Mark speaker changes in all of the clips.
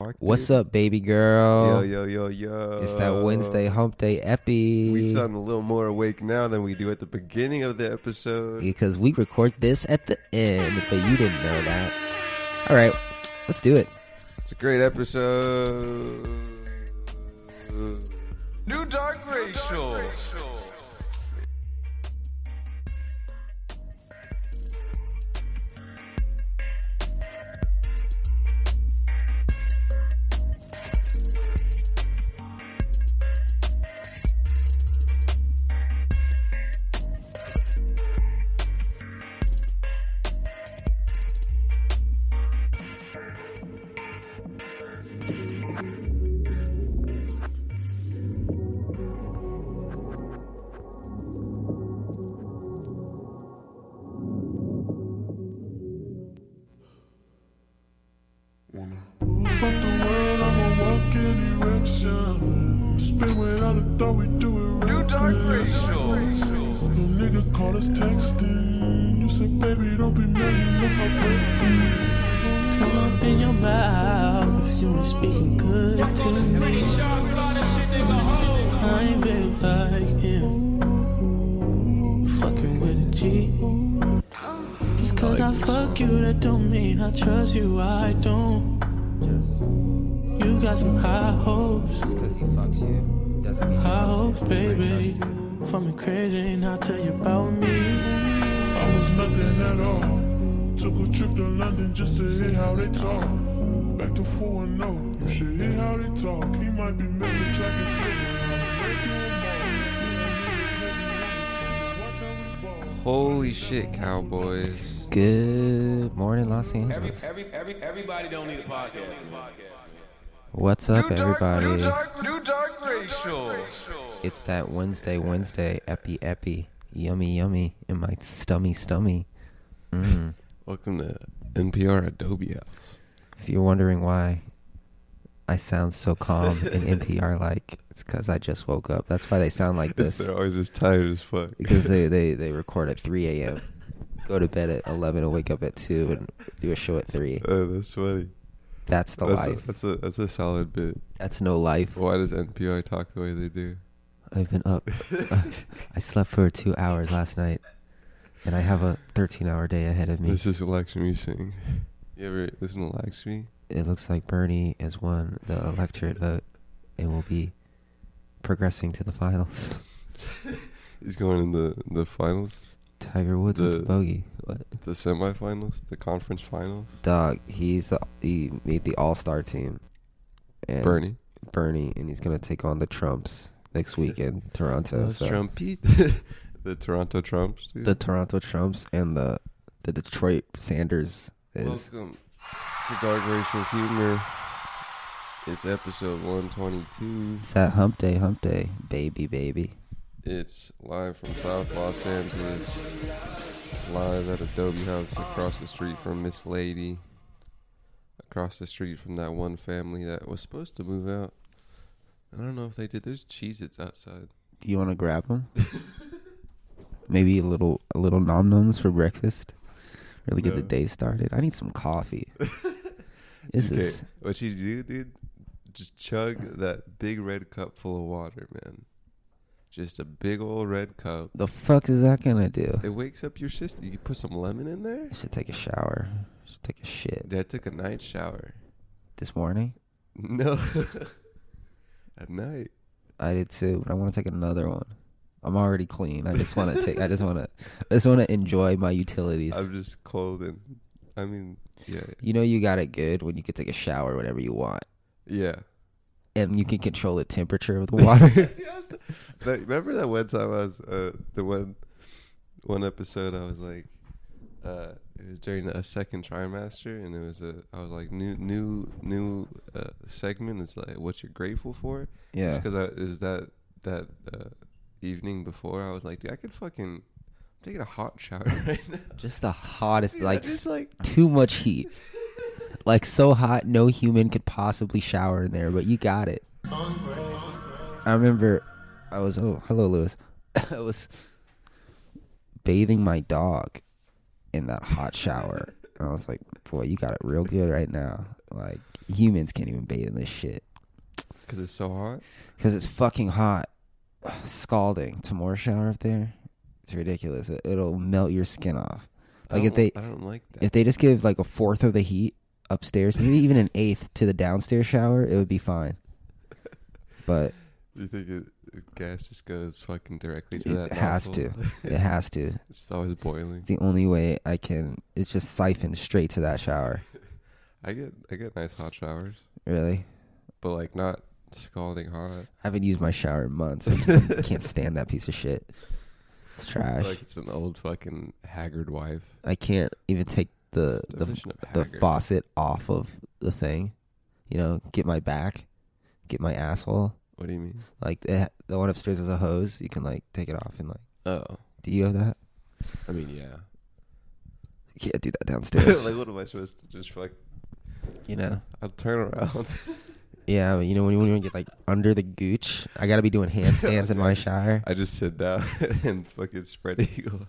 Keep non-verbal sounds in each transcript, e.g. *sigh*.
Speaker 1: Mark.
Speaker 2: What's
Speaker 1: dude.
Speaker 2: up, baby girl?
Speaker 1: Yo, yo, yo, yo.
Speaker 2: It's that Wednesday hump day epi.
Speaker 1: We sound a little more awake now than we do at the beginning of the episode.
Speaker 2: because we record this at the end, but you didn't know that. All right, let's do it.
Speaker 1: It's a great episode. New Dark Racial.
Speaker 3: Fuck the world, I'ma walk in erection. Spin without a thought, we do it right.
Speaker 4: Dark racial.
Speaker 3: Your nigga call us texting. You say, baby, don't be mad, you look how great
Speaker 5: Come up in your mouth if you ain't speaking good to me. I ain't very like him. Fucking with a G. Just cause I fuck you, that don't mean I trust you. I don't. You got some high hopes.
Speaker 2: Just because he fucks you doesn't mean
Speaker 5: I hope, baby. From me crazy, and I'll tell you about me.
Speaker 3: I was nothing at all. Took a trip to London just to hear how they talk. Back to 4 and 0. You should hear how they talk. He might be Mr. Track and Field.
Speaker 1: Holy shit, Cowboys.
Speaker 2: Good morning, Los
Speaker 6: Every,
Speaker 2: Angeles.
Speaker 6: every, every, everybody don't need a podcast. Man.
Speaker 2: What's up, everybody?
Speaker 4: New Dark Racial.
Speaker 2: It's that Wednesday, Wednesday epi epi. Yummy, yummy in my stummy, stummy. Mm.
Speaker 1: Welcome to NPR Adobe House.
Speaker 2: If you're wondering why I sound so calm
Speaker 1: *laughs*
Speaker 2: and NPR like, it's because I just woke up. That's why they sound
Speaker 1: *laughs*
Speaker 2: like this.
Speaker 1: They're always just tired as fuck.
Speaker 2: because they, they, they record at 3 a.m., go to bed at 11 and wake up at 2 and do a show at 3.
Speaker 1: Oh, that's funny.
Speaker 2: That's the
Speaker 1: That's a,
Speaker 2: life.
Speaker 1: that's a that's a solid bit.
Speaker 2: That's no life.
Speaker 1: Why does NPR talk the way they do?
Speaker 2: I've been
Speaker 1: *laughs*
Speaker 2: up. I slept for two hours last night, and I have a 13 hour day ahead of me.
Speaker 1: This is Lakshmi Singh. You ever listen to Lakshmi?
Speaker 2: It looks like Bernie has won the electorate vote and will be progressing to the finals. *laughs*
Speaker 1: He's going in the the finals,
Speaker 2: Tiger Woods with
Speaker 1: The-
Speaker 2: the bogey. What?
Speaker 1: the semifinals, the conference finals.
Speaker 2: Dog, he's the, he made the All Star team. And
Speaker 1: Bernie.
Speaker 2: Bernie, and he's gonna take on the Trumps next week in Toronto.
Speaker 1: Those
Speaker 2: so
Speaker 1: Trumpy. *laughs* the Toronto Trumps. Dude.
Speaker 2: the Toronto Trumps and the the Detroit Sanders is
Speaker 1: Welcome to Dark Racial Humor. It's episode 122.
Speaker 2: it's that Hump Day, Hump Day, baby, baby.
Speaker 1: It's live from South Los Angeles. Live at Adobe House across the street from Miss Lady. Across the street from that one family that was supposed to move out. I don't know if they did. There's Cheez Its outside.
Speaker 2: Do you want to grab
Speaker 1: *laughs*
Speaker 2: them? Maybe a little a little nom noms for breakfast. Really get the
Speaker 1: No.
Speaker 2: day started. I need some
Speaker 1: *laughs*
Speaker 2: coffee. this
Speaker 1: Okay,
Speaker 2: is
Speaker 1: what you do, dude? Just chug that big red cup full of water, man. Just a big old red cup.
Speaker 2: the fuck is that gonna do?
Speaker 1: It wakes up your system. You put some lemon in there.
Speaker 2: I should take a shower. should take a shit
Speaker 1: Dude, I took a night shower. *laughs*
Speaker 2: this morning.
Speaker 1: No, *laughs* at night.
Speaker 2: I did too, but I want to take another one. I'm already clean. I just want to take. I just want to. I just want to enjoy my utilities.
Speaker 1: I'm just cold and. I mean, yeah,
Speaker 2: you know, you got it good when you can take a shower whenever you want,
Speaker 1: yeah.
Speaker 2: and you can control the temperature of the
Speaker 1: *laughs*
Speaker 2: water. *laughs*
Speaker 1: Dude, I was th- that- remember that one time I was uh, the one one episode I was like uh, it was during a second trimester and it was a I was like new new new uh, segment it's like what you're grateful for
Speaker 2: yeah.
Speaker 1: because I is that that uh, evening before I was like dude I could fucking I'm taking a hot shower *laughs* right now
Speaker 2: Just the hottest,
Speaker 1: Dude, I
Speaker 2: like
Speaker 1: just like
Speaker 2: too much heat,
Speaker 1: *laughs*
Speaker 2: like so hot, no human could possibly shower in there. But you got it. I remember, I was oh hello Lewis, *laughs* I was bathing my dog in that hot shower, and I was like, boy, you got it real good right now. Like humans can't even bathe in this shit
Speaker 1: because it's so hot.
Speaker 2: because it's fucking hot, *sighs* scalding. Tomorrow shower up there, it's ridiculous. It, it'll melt your skin off.
Speaker 1: I
Speaker 2: Like if
Speaker 1: don't-
Speaker 2: they
Speaker 1: I don't like that.
Speaker 2: if they just give like a fourth of the heat upstairs, maybe even an eighth to the downstairs shower, it would be fine. But
Speaker 1: you think it, it gas just goes fucking directly to that?
Speaker 2: it has
Speaker 1: nozzle?
Speaker 2: to.
Speaker 1: *laughs*
Speaker 2: It has to.
Speaker 1: It's just always boiling.
Speaker 2: It's the only way I can. It's just siphoned straight to that shower.
Speaker 1: I get I get nice hot showers,
Speaker 2: Really,
Speaker 1: but like not scalding hot.
Speaker 2: I haven't used my shower in months.
Speaker 1: *laughs*
Speaker 2: I can't stand that piece of shit. It's trash.
Speaker 1: Like it's an old fucking haggard wife.
Speaker 2: I can't even take the
Speaker 1: It's
Speaker 2: the
Speaker 1: definition of
Speaker 2: the
Speaker 1: haggard.
Speaker 2: faucet off of the thing. You know, get my back, get my asshole.
Speaker 1: What do you mean?
Speaker 2: Like the the one upstairs has a hose. You can like take it off and like.
Speaker 1: Oh,
Speaker 2: Do you have that?
Speaker 1: I mean *laughs* yeah.
Speaker 2: You can't do that downstairs.
Speaker 1: *laughs* like what am I supposed to just like?
Speaker 2: you know.
Speaker 1: I'll turn around. *laughs*
Speaker 2: Yeah, but you know when you want to get like under the gooch, I gotta be
Speaker 1: *laughs*
Speaker 2: doing handstands in my shower.
Speaker 1: I just sit down *laughs* and fucking spread eagle.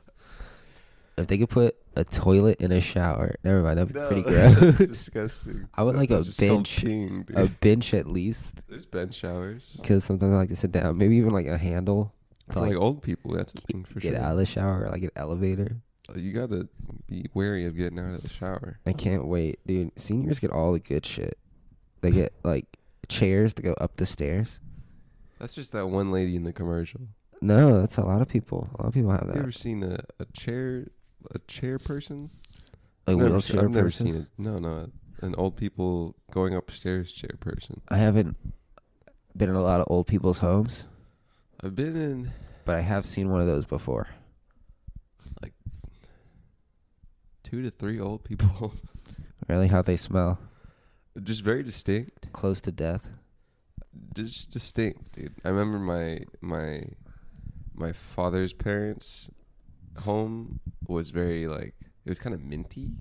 Speaker 2: If they could put a toilet in a shower, never mind. That'd be
Speaker 1: No, *laughs*
Speaker 2: pretty
Speaker 1: that's
Speaker 2: gross. *laughs*
Speaker 1: disgusting.
Speaker 2: I would like a
Speaker 1: That's just called
Speaker 2: bench-
Speaker 1: peeing, dude.
Speaker 2: a bench at least,
Speaker 1: There's bench showers.
Speaker 2: because sometimes I like to sit down. Maybe even like a handle to
Speaker 1: For like,
Speaker 2: like,
Speaker 1: old people, that's a thing for
Speaker 2: get
Speaker 1: sure.
Speaker 2: out of the shower, or, like an elevator.
Speaker 1: You gotta be wary of getting out of the shower.
Speaker 2: I can't wait, dude. Seniors get all the good shit. They get like chairs to go up the stairs.
Speaker 1: That's just that one lady in the commercial.
Speaker 2: No, that's a lot of people. A lot of people have
Speaker 1: You ever
Speaker 2: that.
Speaker 1: seen a, a chair a chair person?
Speaker 2: A
Speaker 1: never,
Speaker 2: wheelchair
Speaker 1: I've never
Speaker 2: person.
Speaker 1: seen it. No, no, an old people going upstairs chair person.
Speaker 2: I haven't been in a lot of old people's homes,
Speaker 1: I've been in
Speaker 2: but I have seen one of those before.
Speaker 1: two to three old people, *laughs*
Speaker 2: Really, how they smell?
Speaker 1: just very distinct,
Speaker 2: Close to death.
Speaker 1: just distinct, dude. I remember my my my father's parents' home was very like it was kind of minty,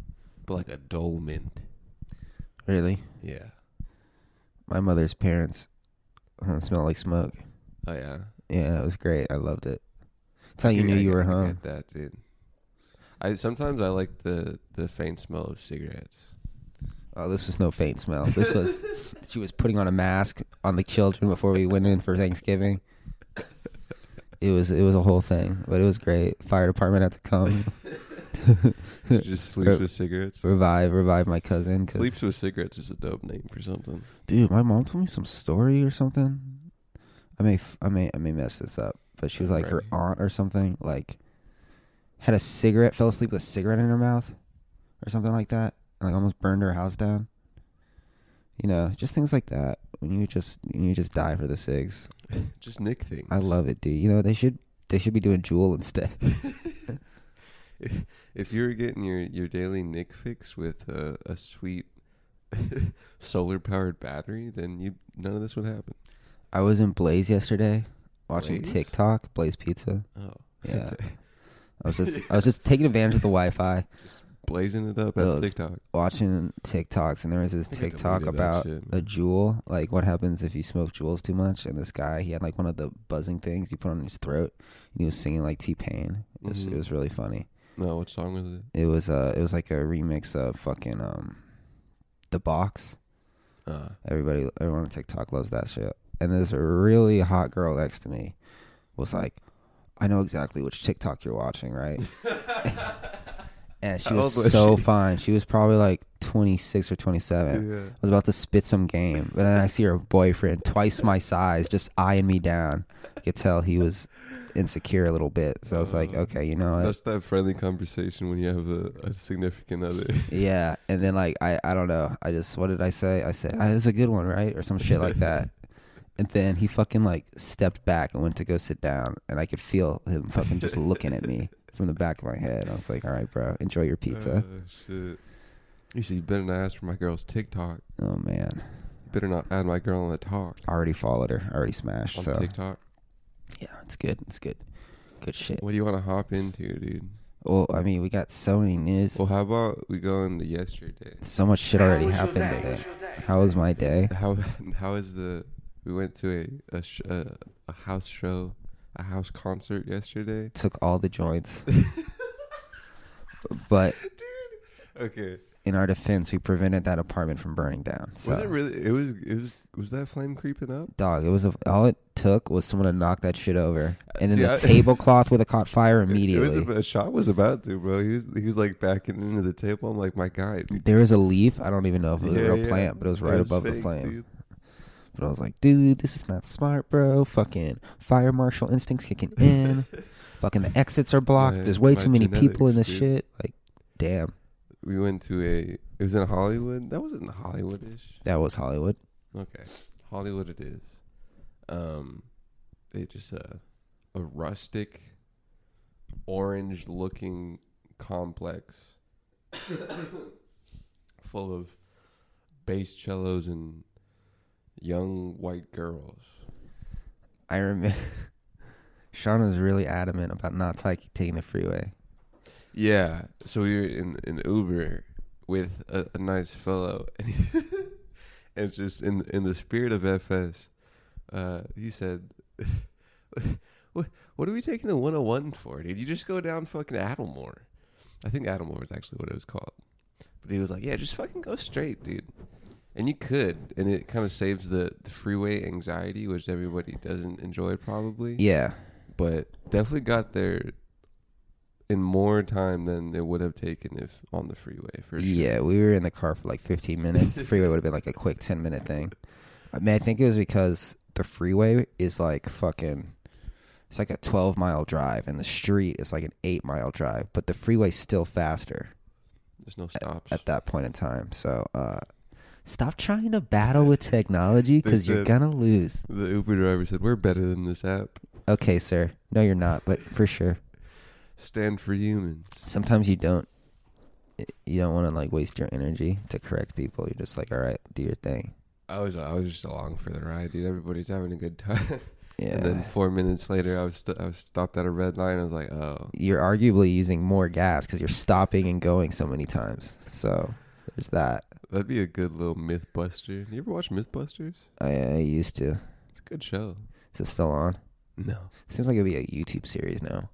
Speaker 1: but like a dull mint.
Speaker 2: Really,
Speaker 1: Yeah.
Speaker 2: my mother's parents uh, smell like smoke.
Speaker 1: Oh yeah.
Speaker 2: Yeah, it was great. I loved it. That's how Oh, you knew you were home.
Speaker 1: that dude. I sometimes I like the the faint smell of cigarettes.
Speaker 2: Oh, this was no faint smell. This was she was putting on a mask on the children before we went in for Thanksgiving. It was it was a whole thing, but it was great. Fire department had to come
Speaker 1: You just sleeps with cigarettes.
Speaker 2: revive revive my cousin. 'cause-
Speaker 1: Sleeps with cigarettes is a dope name for something.
Speaker 2: dude. My mom told me some story or something. I may f- I may I may mess this up, but she was like her
Speaker 1: Right.
Speaker 2: aunt or something. Like had a cigarette, fell asleep with a cigarette in her mouth, or something like that. and, Like almost burned her house down. You know, just things like that. When you just when you just die for the cigs.
Speaker 1: Just Nick things.
Speaker 2: I love it, dude. You know they should they should be doing Jewel instead.
Speaker 1: *laughs*
Speaker 2: *laughs*
Speaker 1: if you're getting your your daily Nick fix with a, a sweet *laughs* solar powered battery, then you none of this would happen.
Speaker 2: I was in Blaze yesterday watching
Speaker 1: Blaze?
Speaker 2: TikTok, Blaze Pizza.
Speaker 1: *laughs* Oh,
Speaker 2: Yeah. I was just I was just taking advantage of the Wi-Fi.
Speaker 1: blazing it up
Speaker 2: Those
Speaker 1: at TikTok.
Speaker 2: watching TikToks, and there was this
Speaker 1: think I
Speaker 2: TikTok
Speaker 1: deleted that
Speaker 2: about
Speaker 1: shit,
Speaker 2: a
Speaker 1: man.
Speaker 2: jewel, like what happens if you smoke jewels too much. And this guy, he had like one of the buzzing things you put on his throat, and he was singing like T Pain. It, was
Speaker 1: Mhm.
Speaker 2: it was really funny.
Speaker 1: No, what song was it?
Speaker 2: It was uh, it was like a remix of fucking um, the box.
Speaker 1: Uh,
Speaker 2: Everybody, everyone on TikTok loves that shit. And this really hot girl next to me was like, "I know exactly which TikTok you're watching,
Speaker 1: *laughs*
Speaker 2: right?" and she
Speaker 1: How
Speaker 2: was,
Speaker 1: old was
Speaker 2: so
Speaker 1: she?
Speaker 2: fine. She was probably like 26 or 27.
Speaker 1: Yeah.
Speaker 2: I was about to spit some game, but then I see her boyfriend, twice my size, just eyeing me down. I could tell he was insecure a little bit. So I was like, "Okay, you know what?"
Speaker 1: That's that friendly conversation when you have a, a significant
Speaker 2: *laughs*
Speaker 1: other.
Speaker 2: Yeah, and then like I I don't know. I just what did I say? I said ah, that's a good one, right, or some shit like that. And then he fucking like stepped back and went to go sit down, and I could feel him fucking just looking at me from the back of my head. I was like, all right, bro, enjoy your pizza.
Speaker 1: *laughs* Oh, shit. You said you better not ask for my girl's TikTok.
Speaker 2: Oh man,
Speaker 1: You better not add my girl on the talk.
Speaker 2: I already followed her, I already smashed.
Speaker 1: On
Speaker 2: so
Speaker 1: TikTok.
Speaker 2: yeah, it's good, it's good, good shit.
Speaker 1: What do you want to hop into, dude?
Speaker 2: Well, I mean, we got so many news,
Speaker 1: Well, how about we go into yesterday?
Speaker 2: so much shit already happened today. How was my day?
Speaker 1: How *laughs* how is the? We went to a a, sh- a a house show, a house concert yesterday. *laughs*
Speaker 2: Took all the joints, but
Speaker 1: Okay,
Speaker 2: in our defense, we prevented that apartment from burning down. So,
Speaker 1: Was it really? It was. It was. Was that flame creeping up?
Speaker 2: dog, it was a, all it took was someone to knock that shit over, and then
Speaker 1: Uh, Dude,
Speaker 2: the
Speaker 1: I- *laughs*
Speaker 2: tablecloth would have caught fire
Speaker 1: It-
Speaker 2: immediately.
Speaker 1: It was. A shot was about to, bro. He was. He was like backing into the table. I'm like, my guy. dude,
Speaker 2: there was a leaf. I don't even know if it was
Speaker 1: yeah,
Speaker 2: a real
Speaker 1: yeah.
Speaker 2: plant, but it was right above the
Speaker 1: fake,
Speaker 2: flame.
Speaker 1: dude.
Speaker 2: But I was like, dude, this is not smart, bro. Fucking fire marshal instincts *laughs* kicking in. Fucking the exits are blocked.
Speaker 1: My-
Speaker 2: There's way
Speaker 1: my
Speaker 2: too many people in this
Speaker 1: genetics, dude.
Speaker 2: shit. Like, damn,
Speaker 1: We went to a. It was in Hollywood. That wasn't Hollywoodish.
Speaker 2: that was Hollywood.
Speaker 1: Okay, Hollywood it is. Um, it just a a rustic, orange looking complex, *coughs* full of bass cellos and young white girls.
Speaker 2: I *laughs* remember Sean was really adamant about not ta- taking the freeway.
Speaker 1: Yeah, so we were in an Uber with a, a nice fellow, *laughs* and, he, and just in in the spirit of FS, uh, he said, *laughs* "What what are we taking the 101 for, dude? You just go down fucking Attlmore." I think Attlmore was actually what it was called, but he was like, "Yeah, just fucking go straight, dude." And you could, and it kind of saves the, the freeway anxiety, which everybody doesn't enjoy probably
Speaker 2: Yeah,
Speaker 1: but definitely got there in more time than it would have taken if on the freeway for sure.
Speaker 2: yeah. We were in the car for like 15 minutes. The freeway would have been like a quick 10 minute thing. I mean, I think it was because the freeway is like fucking. It's like a 12 mile drive, and the street is like an eight mile drive. But the freeway's still faster.
Speaker 1: There's no stops.
Speaker 2: at that point in time. So uh, stop trying to battle with technology because you're
Speaker 1: said-
Speaker 2: gonna lose.
Speaker 1: the Uber driver said, "We're better than this app.
Speaker 2: Okay, sir. No, you're not. But for sure,
Speaker 1: Stand for humans."
Speaker 2: sometimes you don't. You don't want to like waste your energy to correct people. You're just like, all right, do your thing.
Speaker 1: I was I was just along for the ride, dude. Everybody's having a good time. *laughs*
Speaker 2: Yeah.
Speaker 1: and then four minutes later, I was st- I was stopped at a red line. I was like, "Oh,
Speaker 2: you're arguably using more gas because you're stopping and going so many times. So there's that.
Speaker 1: that'd be a good little MythBuster." You ever watch MythBusters?
Speaker 2: I, I used to.
Speaker 1: It's a good show.
Speaker 2: Is it still on?
Speaker 1: No,
Speaker 2: Seems like it'd be a YouTube series now.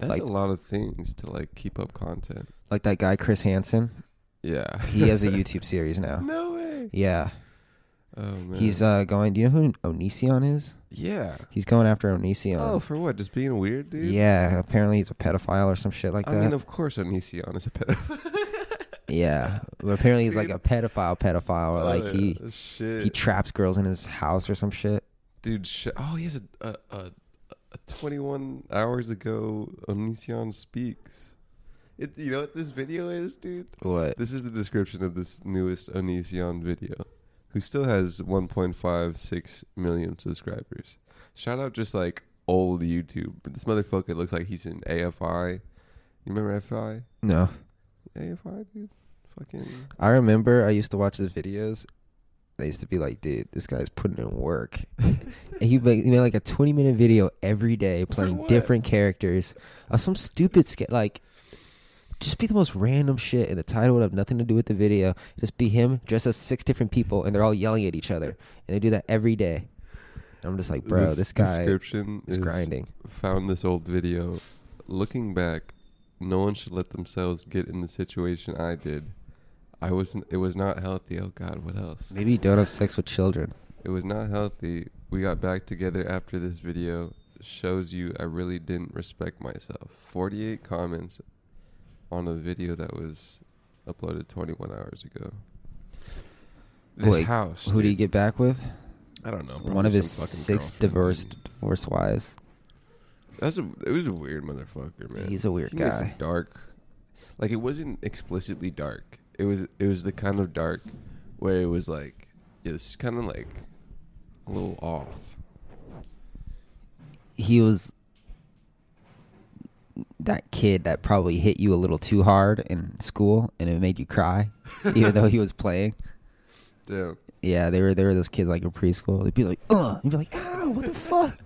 Speaker 1: that's
Speaker 2: Like-
Speaker 1: a lot of things to like keep up content.
Speaker 2: Like that guy Chris Hansen.
Speaker 1: Yeah,
Speaker 2: He
Speaker 1: *laughs*
Speaker 2: has a YouTube series now.
Speaker 1: no way.
Speaker 2: Yeah.
Speaker 1: Oh man,
Speaker 2: He's uh, going. Do you know who Onision is?
Speaker 1: yeah.
Speaker 2: He's going after Onision.
Speaker 1: Oh, for what? Just being weird, dude.
Speaker 2: yeah. Apparently, he's a pedophile or some shit like
Speaker 1: I
Speaker 2: that.
Speaker 1: mean, of course, Onision is a pedophile.
Speaker 2: yeah, but apparently he's like a
Speaker 1: Dude.
Speaker 2: pedophile, pedophile. Or like he
Speaker 1: Oh, *laughs* shit,
Speaker 2: he traps girls in his house or some shit.
Speaker 1: dude. Sh- oh, he has a a, a a twenty-one hours ago. Onision speaks. It, you know what this video is, dude?
Speaker 2: What?
Speaker 1: This is the description of this newest Onision video, who still has 1.56 million subscribers. Shout out just like old YouTube. But this motherfucker looks like he's in AFI. You remember AFI?
Speaker 2: No,
Speaker 1: AFI, dude. Fucking.
Speaker 2: I remember I used to watch his videos. They used to be like, dude, this guy's putting in work. *laughs* and he made, he made like a twenty minute video every day playing
Speaker 1: what?
Speaker 2: different characters. Uh, some stupid skit like just be the most random shit and the title would have nothing to do with the video. Just be him dressed as six different people and they're all yelling at each other. And they do that every day. And I'm just like, bro, this, guy
Speaker 1: description
Speaker 2: is grinding.
Speaker 1: Found this old video. Looking back, no one should let themselves get in the situation I did. I wasn't. It was not healthy. Oh God, what else?
Speaker 2: Maybe you don't have sex with children.
Speaker 1: It was not healthy. We got back together after this video. Shows you I really didn't respect myself. 48 comments on a video that was uploaded 21 hours ago. This
Speaker 2: Wait,
Speaker 1: house.
Speaker 2: Who do you
Speaker 1: dude.
Speaker 2: get back with?
Speaker 1: I don't know.
Speaker 2: One
Speaker 1: probably
Speaker 2: of his
Speaker 1: some fucking
Speaker 2: six
Speaker 1: girlfriend,
Speaker 2: divorced
Speaker 1: dude.
Speaker 2: divorced wives.
Speaker 1: That's a it was a weird motherfucker, man.
Speaker 2: He's a weird
Speaker 1: He made some
Speaker 2: guy.
Speaker 1: dark, like it wasn't explicitly dark. It was it was the kind of dark where it was like yeah, it's kind of like a little off.
Speaker 2: he was that kid that probably hit you a little too hard in school and it made you cry even though he was playing
Speaker 1: Damn.
Speaker 2: yeah they were they were those kids like in preschool they'd be like uh you'd be like ow what the fuck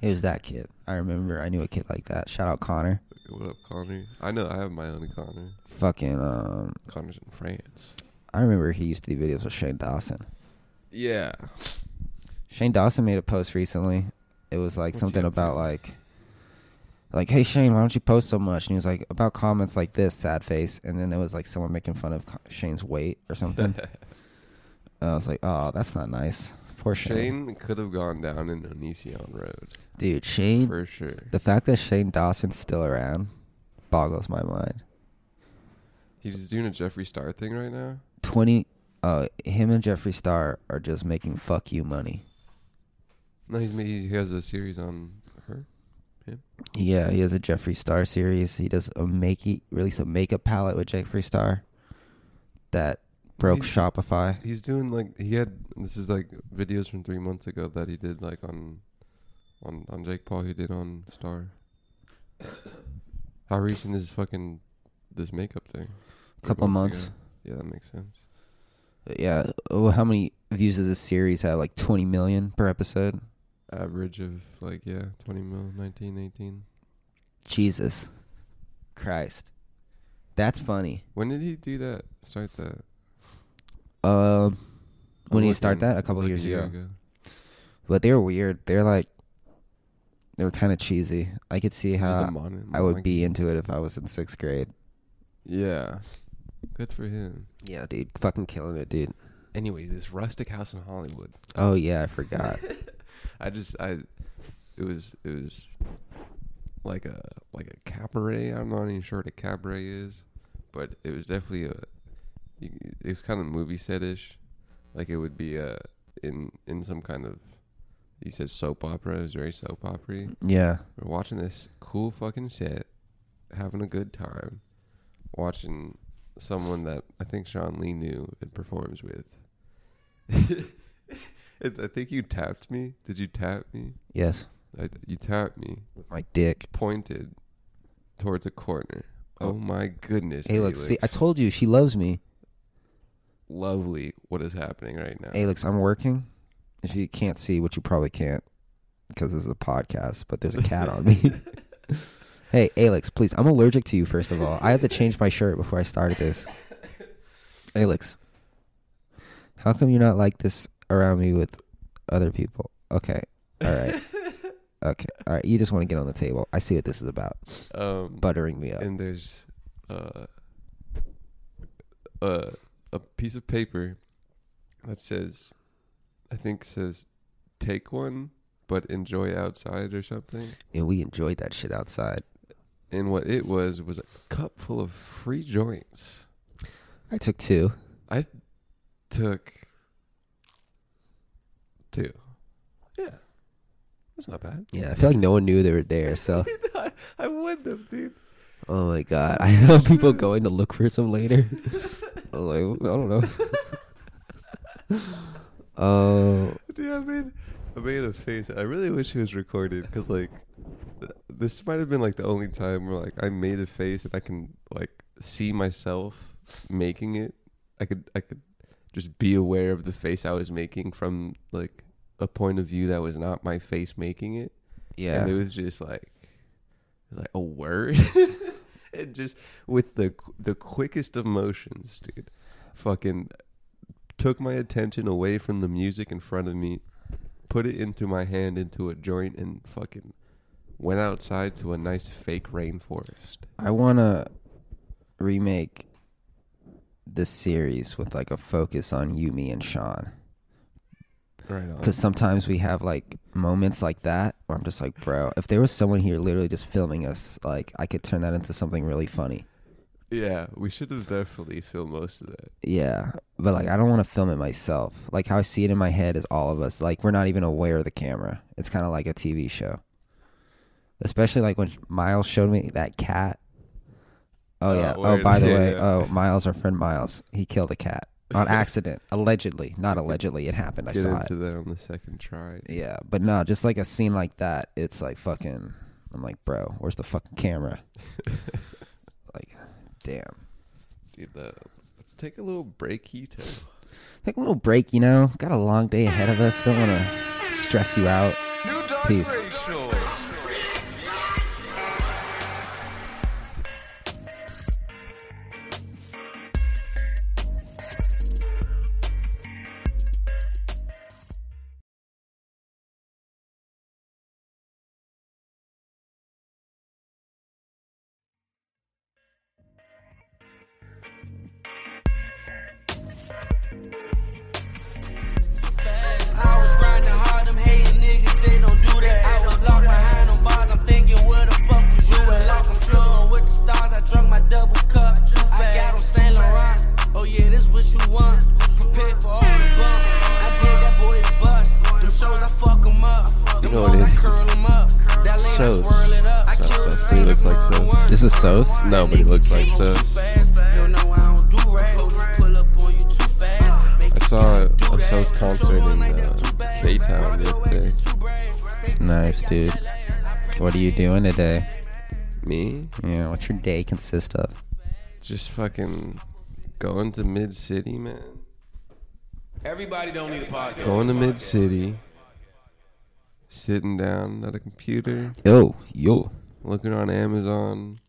Speaker 2: it was that kid i remember i knew a kid like that shout out connor
Speaker 1: What up, Connor? I know I have my own Connor.
Speaker 2: fucking um
Speaker 1: Connor's in France.
Speaker 2: i remember he used to do videos with shane dawson
Speaker 1: Yeah.
Speaker 2: Shane Dawson made a post recently. It was like
Speaker 1: What's he
Speaker 2: something
Speaker 1: up to?
Speaker 2: about like like, hey Shane, why don't you post so much? And he was like, about comments like this, sad face. And then it was like someone making fun of Co- Shane's weight or
Speaker 1: *laughs*
Speaker 2: something. And I was like, oh, that's not nice. Poor Shane,
Speaker 1: Shane could have gone down in Onision Road
Speaker 2: dude. Shane,
Speaker 1: for sure.
Speaker 2: the fact that Shane Dawson's still around boggles my mind.
Speaker 1: He's doing a Jeffree Star thing right now.
Speaker 2: Twenty, uh, him and Jeffree Star are just making fuck you money.
Speaker 1: No, he's made, he has a series on her.
Speaker 2: Yeah, he has a Jeffree Star series. He does a make he released a makeup palette with Jeffree Star that broke
Speaker 1: He's-
Speaker 2: Shopify.
Speaker 1: He's doing like he had this is like videos from three months ago that he did like on on on Jake Paul he did on Star. How recent is fucking this makeup thing?
Speaker 2: A couple months.
Speaker 1: ago. Yeah, that makes sense.
Speaker 2: Yeah. Oh, how many views does this series have? Like twenty million per episode.
Speaker 1: Average of like yeah, twenty mil, 19, 18.
Speaker 2: Jesus Christ, that's funny.
Speaker 1: When did he do that? Start that?
Speaker 2: Um,
Speaker 1: I'm
Speaker 2: when did you start
Speaker 1: looking.
Speaker 2: that? A
Speaker 1: It's
Speaker 2: couple
Speaker 1: like
Speaker 2: years
Speaker 1: a year
Speaker 2: ago. But they're weird. They're like, they were kind of cheesy. I could see
Speaker 1: He did
Speaker 2: how
Speaker 1: the mon-
Speaker 2: I would
Speaker 1: mon-
Speaker 2: be into it if I was in sixth grade.
Speaker 1: Yeah. Good for him.
Speaker 2: Yeah, dude, fucking killing it, dude.
Speaker 1: Anyways, this rustic house in Hollywood.
Speaker 2: Oh yeah, I *laughs* forgot.
Speaker 1: I just I it was it was like a like a cabaret. I'm not even sure what a cabaret is, but it was definitely a you- it was kind of movie set-ish. Like it would be uh in in some kind of he said soap opera. It was very soap opera.
Speaker 2: yeah.
Speaker 1: We're watching this cool fucking set, having a good time, watching someone that I think Sean Lee knew and performs with. *laughs* It's- I think you tapped me. Did you tap me?
Speaker 2: Yes.
Speaker 1: I, you tapped me.
Speaker 2: My dick.
Speaker 1: Pointed towards a corner. Oh,
Speaker 2: Oh.
Speaker 1: my goodness.
Speaker 2: Alex, see, I
Speaker 1: Alex.
Speaker 2: told you she loves me.
Speaker 1: Lovely what is happening right now.
Speaker 2: Alex, I'm working. If you can't see, which you probably can't, because this is a podcast, but there's a cat on *laughs* me. hey, Alex, please. I'm allergic to you. First of all, I had to change my shirt before I started *laughs* this. Alex, how come you're not like this around me with other people? Okay, all right. *laughs* Okay, all right. You just want to get on the table. I see what this is about.
Speaker 1: Um,
Speaker 2: Buttering me up.
Speaker 1: and there's uh, uh, a piece of paper that says, I think says, take one, but enjoy outside or something.
Speaker 2: And we enjoyed that shit outside.
Speaker 1: And what it was was a cup full of free joints.
Speaker 2: I took two.
Speaker 1: I took two. Yeah, that's not bad.
Speaker 2: Yeah, I feel like no one knew they were there. *laughs* So,
Speaker 1: *laughs* I, I wouldn't have, dude.
Speaker 2: oh my god, *laughs* I know people going to look for some *laughs* later. I was like, I don't know. *laughs* Oh,
Speaker 1: *laughs* Dude, I made, I made a face. I really wish it was recorded because, like, th- this might have been like the only time where like I made a face and I can like see myself making it. I could, I could just be aware of the face I was making from like a point of view that was not my face making it.
Speaker 2: yeah.
Speaker 1: And it was just like like a word. *laughs* and just with the the quickest of motions, dude. Fucking took my attention away from the music in front of me, put it into my hand into a joint and fucking went outside to a nice fake rainforest.
Speaker 2: I want to remake this series with like a focus on you, me, and Sean.
Speaker 1: Right on.
Speaker 2: Because sometimes we have like moments like that where I'm just like, bro, if there was someone here literally just filming us, like I could turn that into something really funny.
Speaker 1: Yeah, we should have definitely filmed most of that.
Speaker 2: Yeah, but like I don't want to film it myself. Like how I see it in my head is all of us. Like we're not even aware of the camera. It's kind of like a TV show. Especially like when Miles showed me that cat. Oh
Speaker 1: Oh,
Speaker 2: yeah.
Speaker 1: word.
Speaker 2: Oh by the way,
Speaker 1: *laughs* Yeah.
Speaker 2: oh Miles, our friend Miles, he killed a cat
Speaker 1: *laughs*
Speaker 2: on accident, allegedly. Not allegedly, it happened. I
Speaker 1: Get
Speaker 2: saw it.
Speaker 1: into that on the second try.
Speaker 2: Yeah, but no, just like a scene like that, it's like fucking. I'm like, bro, where's the fucking
Speaker 1: *laughs*
Speaker 2: camera? like, damn.
Speaker 1: Dude, uh, let's take a little breakito.
Speaker 2: Take a little break, you know. Got a long day ahead of us. Don't want to stress you out.
Speaker 4: New Dog
Speaker 2: Peace.
Speaker 4: Ratio.
Speaker 2: Sos?
Speaker 1: No, but he looks like so. I saw a Sos concert in uh, K Town the other day.
Speaker 2: Nice, dude. What are you doing today?
Speaker 1: Me?
Speaker 2: Yeah, what's your day consist of?
Speaker 1: Just fucking going to Mid City, man.
Speaker 6: Everybody don't need a podcast.
Speaker 1: Going to Mid City. Sitting down at a computer,
Speaker 2: Yo, yo.
Speaker 1: looking on Amazon.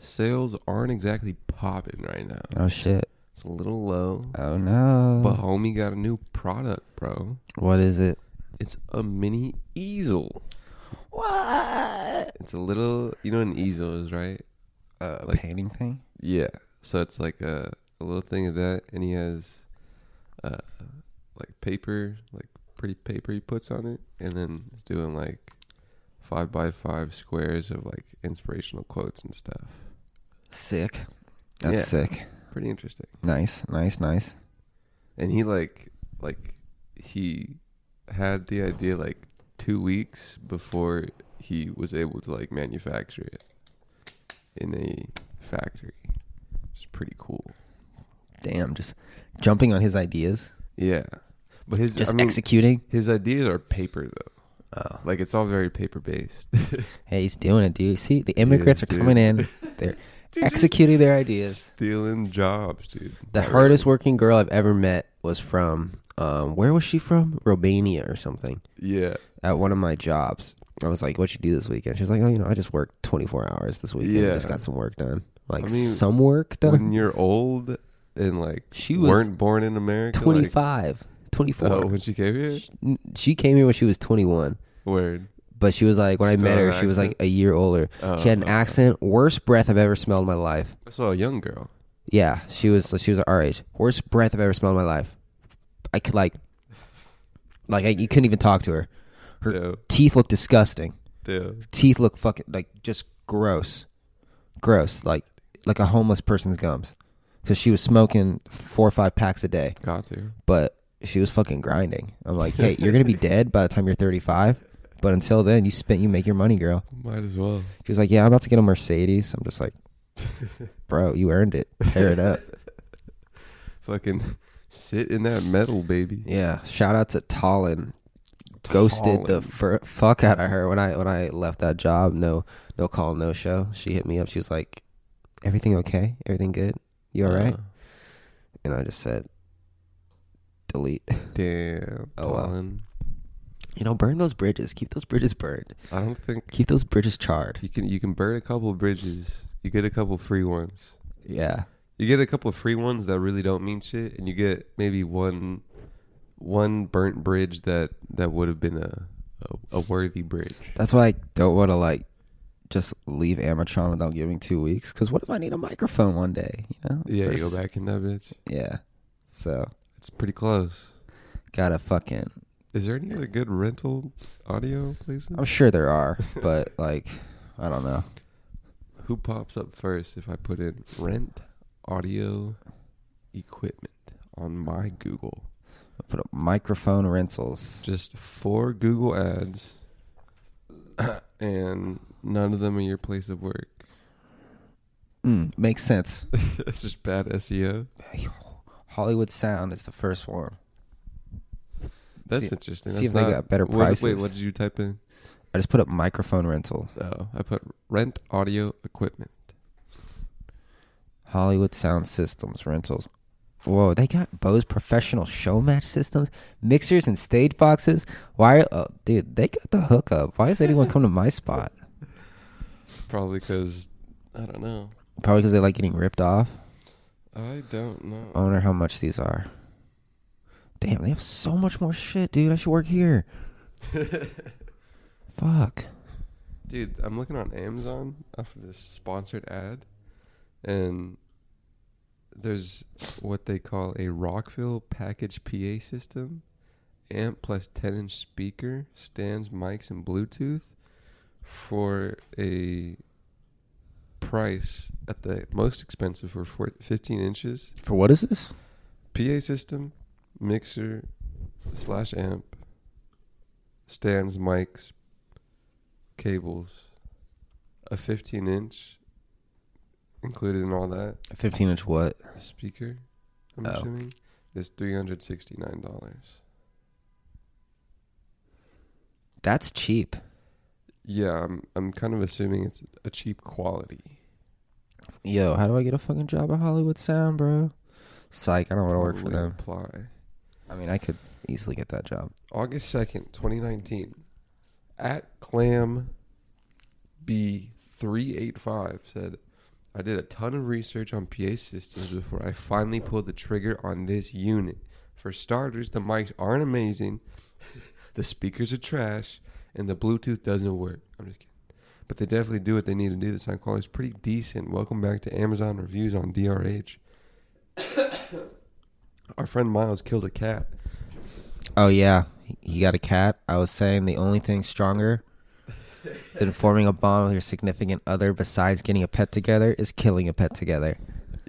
Speaker 1: Sales aren't exactly popping right now.
Speaker 2: Oh shit.
Speaker 1: It's a little low.
Speaker 2: Oh no.
Speaker 1: But homie got a new product, bro.
Speaker 2: What is it?
Speaker 1: It's a mini easel.
Speaker 2: What?
Speaker 1: It's a little, you know, what an easel is right.
Speaker 2: Uh,
Speaker 1: Like-
Speaker 2: painting thing?
Speaker 1: Yeah. So it's like a, a little thing of that, and he has, uh, like paper, like pretty paper he puts on it, and then he's doing like five by five squares of like inspirational quotes and stuff.
Speaker 2: Sick. That's
Speaker 1: Yeah.
Speaker 2: sick.
Speaker 1: Pretty interesting.
Speaker 2: Nice, nice, nice.
Speaker 1: And he like, like he had the idea like two weeks before he was able to like manufacture it in a factory. It's pretty cool.
Speaker 2: Damn, just jumping on his ideas,
Speaker 1: Yeah. But his
Speaker 2: just Oh.
Speaker 1: I mean,
Speaker 2: executing.
Speaker 1: His ideas are paper though. Like it's all very paper *laughs* based.
Speaker 2: Hey, he's doing it, dude. See, the immigrants
Speaker 1: dude.
Speaker 2: are coming *laughs* in. They're executing their ideas.
Speaker 1: Stealing jobs, dude.
Speaker 2: The
Speaker 1: Not
Speaker 2: hardest working girl I've ever met was from um, where was she from? Romania or something.
Speaker 1: really. Yeah.
Speaker 2: At one of my jobs, I was like, "What you do this weekend?" She was like, "Oh, you know, I just worked 24 hours this weekend.
Speaker 1: Yeah.
Speaker 2: Just got some work done. Like
Speaker 1: I mean,
Speaker 2: some work
Speaker 1: When
Speaker 2: done.
Speaker 1: you're old and like
Speaker 2: She
Speaker 1: she
Speaker 2: was
Speaker 1: weren't born
Speaker 2: *laughs*
Speaker 1: in America.
Speaker 2: 25,
Speaker 1: Like,
Speaker 2: 24.
Speaker 1: oh, when she came here?
Speaker 2: N- she came here when she was 21."
Speaker 1: Word.
Speaker 2: but she was like when I
Speaker 1: Still
Speaker 2: met
Speaker 1: had
Speaker 2: her,
Speaker 1: an
Speaker 2: she was like
Speaker 1: accent?
Speaker 2: a year older. she had an
Speaker 1: Oh, okay.
Speaker 2: accent, worst breath I've ever smelled in my life.
Speaker 1: I saw a young girl.
Speaker 2: Yeah, she was she was our age, worst breath I've ever smelled in my life. I could like, like I, you couldn't even talk to her. Her
Speaker 1: Yeah.
Speaker 2: teeth look disgusting.
Speaker 1: Dude.
Speaker 2: Teeth look fucking like just gross, gross like like a homeless person's gums, because she was smoking four or five packs a day,
Speaker 1: Got to.
Speaker 2: but she was fucking grinding. I'm like, hey, you're gonna be dead by the time you're 35, but until then, you spent you make your money, girl.
Speaker 1: Might as well.
Speaker 2: She was like, "Yeah, I'm about to get a Mercedes." I'm just like, "Bro, you earned it. Tear it up."
Speaker 1: Fucking *laughs* sit in that metal, baby.
Speaker 2: yeah. Shout out to Tallin. Ghosted the fur- fuck out of her when I when I left that job. No, no call, no show. She hit me up. She was like, "Everything okay? Everything good? You all right?" And I just said, "Delete." *laughs*
Speaker 1: damn.
Speaker 2: Oh, well.
Speaker 1: Colin.
Speaker 2: You know, burn those bridges. Keep those bridges burned.
Speaker 1: I don't think
Speaker 2: Keep those bridges charred.
Speaker 1: you can you can burn a couple bridges. You get a couple free ones.
Speaker 2: Yeah.
Speaker 1: You get a couple of free ones that really don't mean shit, and you get maybe one one burnt bridge that that would have been a a, a worthy bridge.
Speaker 2: That's why I don't want to like just leave Amatron without giving two weeks. Because what if I need a microphone one day? You know?
Speaker 1: Yeah, you
Speaker 2: Or
Speaker 1: go
Speaker 2: s-
Speaker 1: back in that bitch.
Speaker 2: Yeah. So
Speaker 1: It's pretty close.
Speaker 2: gotta fucking.
Speaker 1: Is there any other good rental audio places?
Speaker 2: I'm sure there *laughs* are, but like, I don't know.
Speaker 1: Who pops up first if I put in rent audio equipment on my Google?
Speaker 2: I put up microphone rentals.
Speaker 1: Just four Google ads, *coughs* and none of them are your place of work.
Speaker 2: Mm, makes
Speaker 1: *laughs*
Speaker 2: sense.
Speaker 1: That's just bad E SEO.
Speaker 2: Hollywood Sound is the first one.
Speaker 1: That's
Speaker 2: See-
Speaker 1: interesting.
Speaker 2: see
Speaker 1: That's
Speaker 2: if they
Speaker 1: not-
Speaker 2: got better
Speaker 1: what- Wait,
Speaker 2: prices.
Speaker 1: what did you type in?
Speaker 2: I just put up microphone rental.
Speaker 1: Oh, I put rent audio equipment.
Speaker 2: Hollywood Sound Systems rentals. Whoa, they got Bose professional show match systems, mixers, and stage boxes. Why, oh, dude, they got the hookup. Why does anyone come to my spot?
Speaker 1: Probably because I don't know.
Speaker 2: Probably because they like getting ripped off.
Speaker 1: I don't know.
Speaker 2: I wonder how much these are. Damn, they have so much more shit, dude. I should work *laughs* here. Fuck.
Speaker 1: Dude, I'm looking on Amazon for this sponsored ad, and there's what they call a Rockville package PA system, amp plus 10 inch speaker, stands, mics, and Bluetooth for a price at the most expensive for four- 15 inches.
Speaker 2: For what is this?
Speaker 1: PA system, mixer, slash amp, stands, mics, cables, a 15 inch included in all that.
Speaker 2: Fifteen inch what?
Speaker 1: The speaker, I'm
Speaker 2: Oh.
Speaker 1: assuming, is three hundred sixty nine dollars.
Speaker 2: That's cheap.
Speaker 1: Yeah, I'm I'm kind of assuming it's a cheap quality.
Speaker 2: Yo, how do I get a fucking job at Hollywood Sound, bro? Psych, I don't want to work for
Speaker 1: Probably
Speaker 2: them.
Speaker 1: Apply
Speaker 2: I mean, I could easily get that job.
Speaker 1: August second, twenty nineteen, at Clam B three eight five said. I did a ton of research on PA systems before I finally pulled the trigger on this unit. For starters, the mics aren't amazing, *laughs* the speakers are trash, and the Bluetooth doesn't work. I'm just kidding. But they definitely do what they need to do. The sound quality is pretty decent. Welcome back to Amazon reviews on DRH. *coughs* Our friend Miles killed a cat.
Speaker 2: Oh yeah, he- he got a cat. I was saying the only thing stronger than forming a bond with your significant other besides getting a pet together is killing a pet together.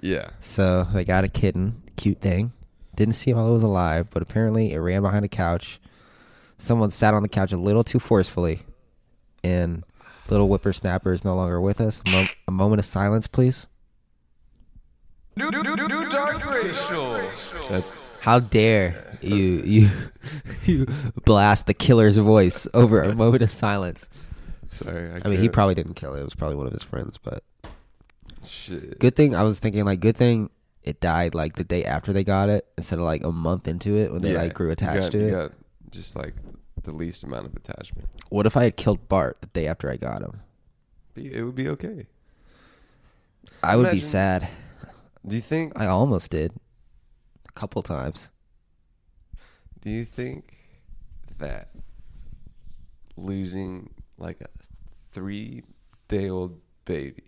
Speaker 1: Yeah.
Speaker 2: So I got a kitten, cute thing. Didn't see while it was alive, but apparently it ran behind a couch. Someone sat on the couch a little too forcefully, and little whippersnapper is no longer with us. A, mo- a moment of silence, please.
Speaker 4: New, new, new, new dog racial.
Speaker 1: That's
Speaker 2: How dare you you *laughs* you blast the killer's voice over a moment of silence?
Speaker 1: sorry. I,
Speaker 2: I mean, he
Speaker 1: can't-
Speaker 2: probably didn't kill it. It was probably one of his friends, but
Speaker 1: Shit.
Speaker 2: good thing I was thinking like good thing it died like the day after they got it instead of like a month into it when they
Speaker 1: Yeah,
Speaker 2: like grew
Speaker 1: you
Speaker 2: attached
Speaker 1: got-
Speaker 2: to
Speaker 1: you
Speaker 2: it.
Speaker 1: got just like the least amount of attachment.
Speaker 2: What if I had killed Bart the day after I got him?
Speaker 1: Be, it would be okay.
Speaker 2: I would be
Speaker 1: Imagine-
Speaker 2: sad.
Speaker 1: Do you think?
Speaker 2: I almost did a couple times.
Speaker 1: Do you think that losing like a three-day-old baby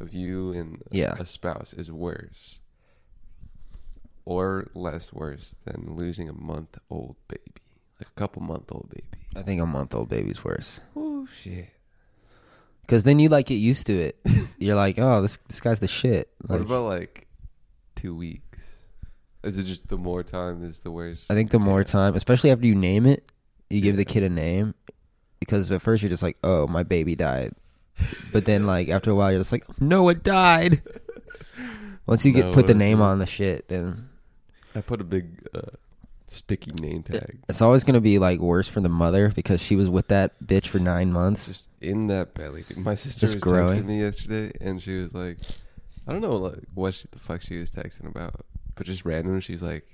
Speaker 1: of you and
Speaker 2: Yeah.
Speaker 1: a spouse is worse or less worse than losing a month-old baby, like a couple-month-old baby?
Speaker 2: I think a month old baby's worse
Speaker 1: Oh shit!
Speaker 2: because then you like get used to
Speaker 1: *laughs*
Speaker 2: it. You're like, oh, this this guy's the shit.
Speaker 1: What
Speaker 2: Like,
Speaker 1: about like two weeks? Is it just the more time is the worst?
Speaker 2: I think the more time, especially after you name it, you give the kid a name because at first you're just like, oh, my baby died. But then, like after a while, you're just like, no, it died.
Speaker 1: *laughs*
Speaker 2: Once you get
Speaker 1: No,
Speaker 2: put the
Speaker 1: it
Speaker 2: name
Speaker 1: didn't.
Speaker 2: on the shit, then
Speaker 1: I put a big uh, sticky name tag
Speaker 2: it's always gonna be like worse for the mother because she was with that bitch for nine months.
Speaker 1: just in that belly. dude. My sister
Speaker 2: Just
Speaker 1: was
Speaker 2: growing.
Speaker 1: texting me yesterday, and she was like, I don't know like what she, the fuck she was texting about, but just random. She's like,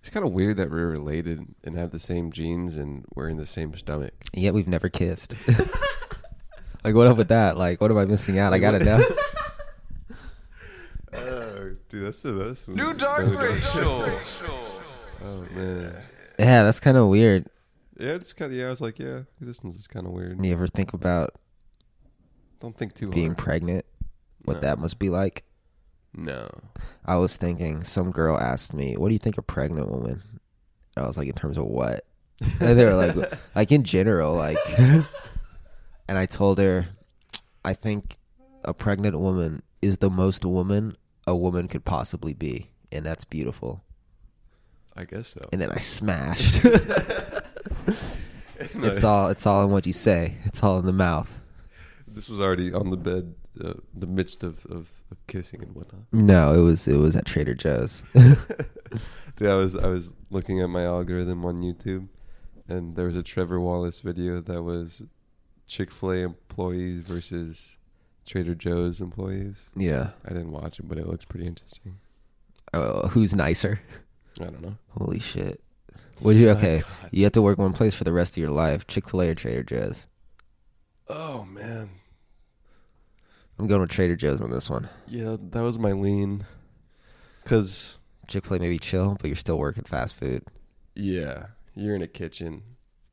Speaker 1: it's kind of weird that we're related and have the same genes and we're in the same stomach.
Speaker 2: And yet we've never kissed. *laughs* like, what up with that? Like, what am I missing out? I gotta know.
Speaker 1: Oh, dude, that's the best one.
Speaker 4: New dog
Speaker 1: *laughs*
Speaker 4: racial.
Speaker 1: Oh man,
Speaker 2: Yeah, that's kind of weird.
Speaker 1: yeah, it's kind of yeah. I was like, yeah, this one's just kind of weird.
Speaker 2: You ever think about
Speaker 1: Don't think too
Speaker 2: being
Speaker 1: hard.
Speaker 2: pregnant? What
Speaker 1: No.
Speaker 2: that must be like?
Speaker 1: no,
Speaker 2: I was thinking, some girl asked me, "What do you think of pregnant women?" And I was like, "In terms of what?" And *laughs* they were like, "Like in general, *laughs* like." and I told her, "I think a pregnant woman is the most woman a woman could possibly be, and that's beautiful."
Speaker 1: *laughs* I guess so.
Speaker 2: And then I *laughs* smashed. it's all it's all in what you say. It's all in the mouth.
Speaker 1: This was already on the bed, uh, the midst of, of, of kissing and whatnot.
Speaker 2: No, it was it was at Trader Joe's.
Speaker 1: Dude, I was I was looking at my algorithm on YouTube, and there was a Trevor Wallace video that was Chick Fil A employees versus Trader Joe's employees.
Speaker 2: yeah.
Speaker 1: I didn't watch it, but it looks pretty interesting.
Speaker 2: Oh, who's nicer?
Speaker 1: I don't know.
Speaker 2: Holy shit. Oh Would you okay? You have to work one place for the rest of your life. Chick fil A or Trader Joe's?
Speaker 1: Oh man,
Speaker 2: I'm going with Trader Joe's on this one.
Speaker 1: yeah, that was my lean. Cause
Speaker 2: Chick fil A maybe chill, but you're still working fast food.
Speaker 1: yeah, you're in a kitchen,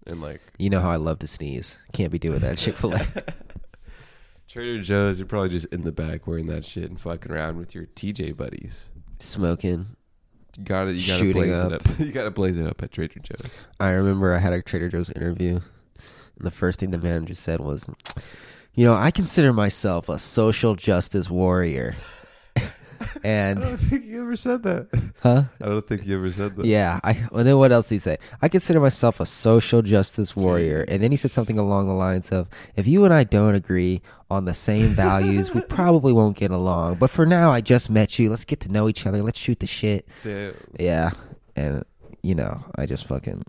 Speaker 1: and like
Speaker 2: You know how I love to sneeze. Can't be doing that at Chick fil A.
Speaker 1: Trader Joe's, you're probably just in the back wearing that shit and fucking around with your TJ buddies.
Speaker 2: Smoking.
Speaker 1: You gotta, you gotta
Speaker 2: Shooting
Speaker 1: blaze
Speaker 2: up.
Speaker 1: it up. *laughs* You gotta blaze it up at Trader Joe's.
Speaker 2: I remember I had a Trader Joe's interview, and the first thing the manager said was, You know, I consider myself a social justice warrior.
Speaker 1: I don't
Speaker 2: and
Speaker 1: think you ever said that.
Speaker 2: huh?
Speaker 1: I don't think you ever said that.
Speaker 2: Yeah. I well, then what else did he say? I consider myself a social justice warrior. And then he said something along the lines of, "If you and I don't agree on the same values, we probably won't get along. But for now, I just met you. Let's get to know each other. Let's shoot the shit."
Speaker 1: Damn.
Speaker 2: Yeah. And you know, I just fucking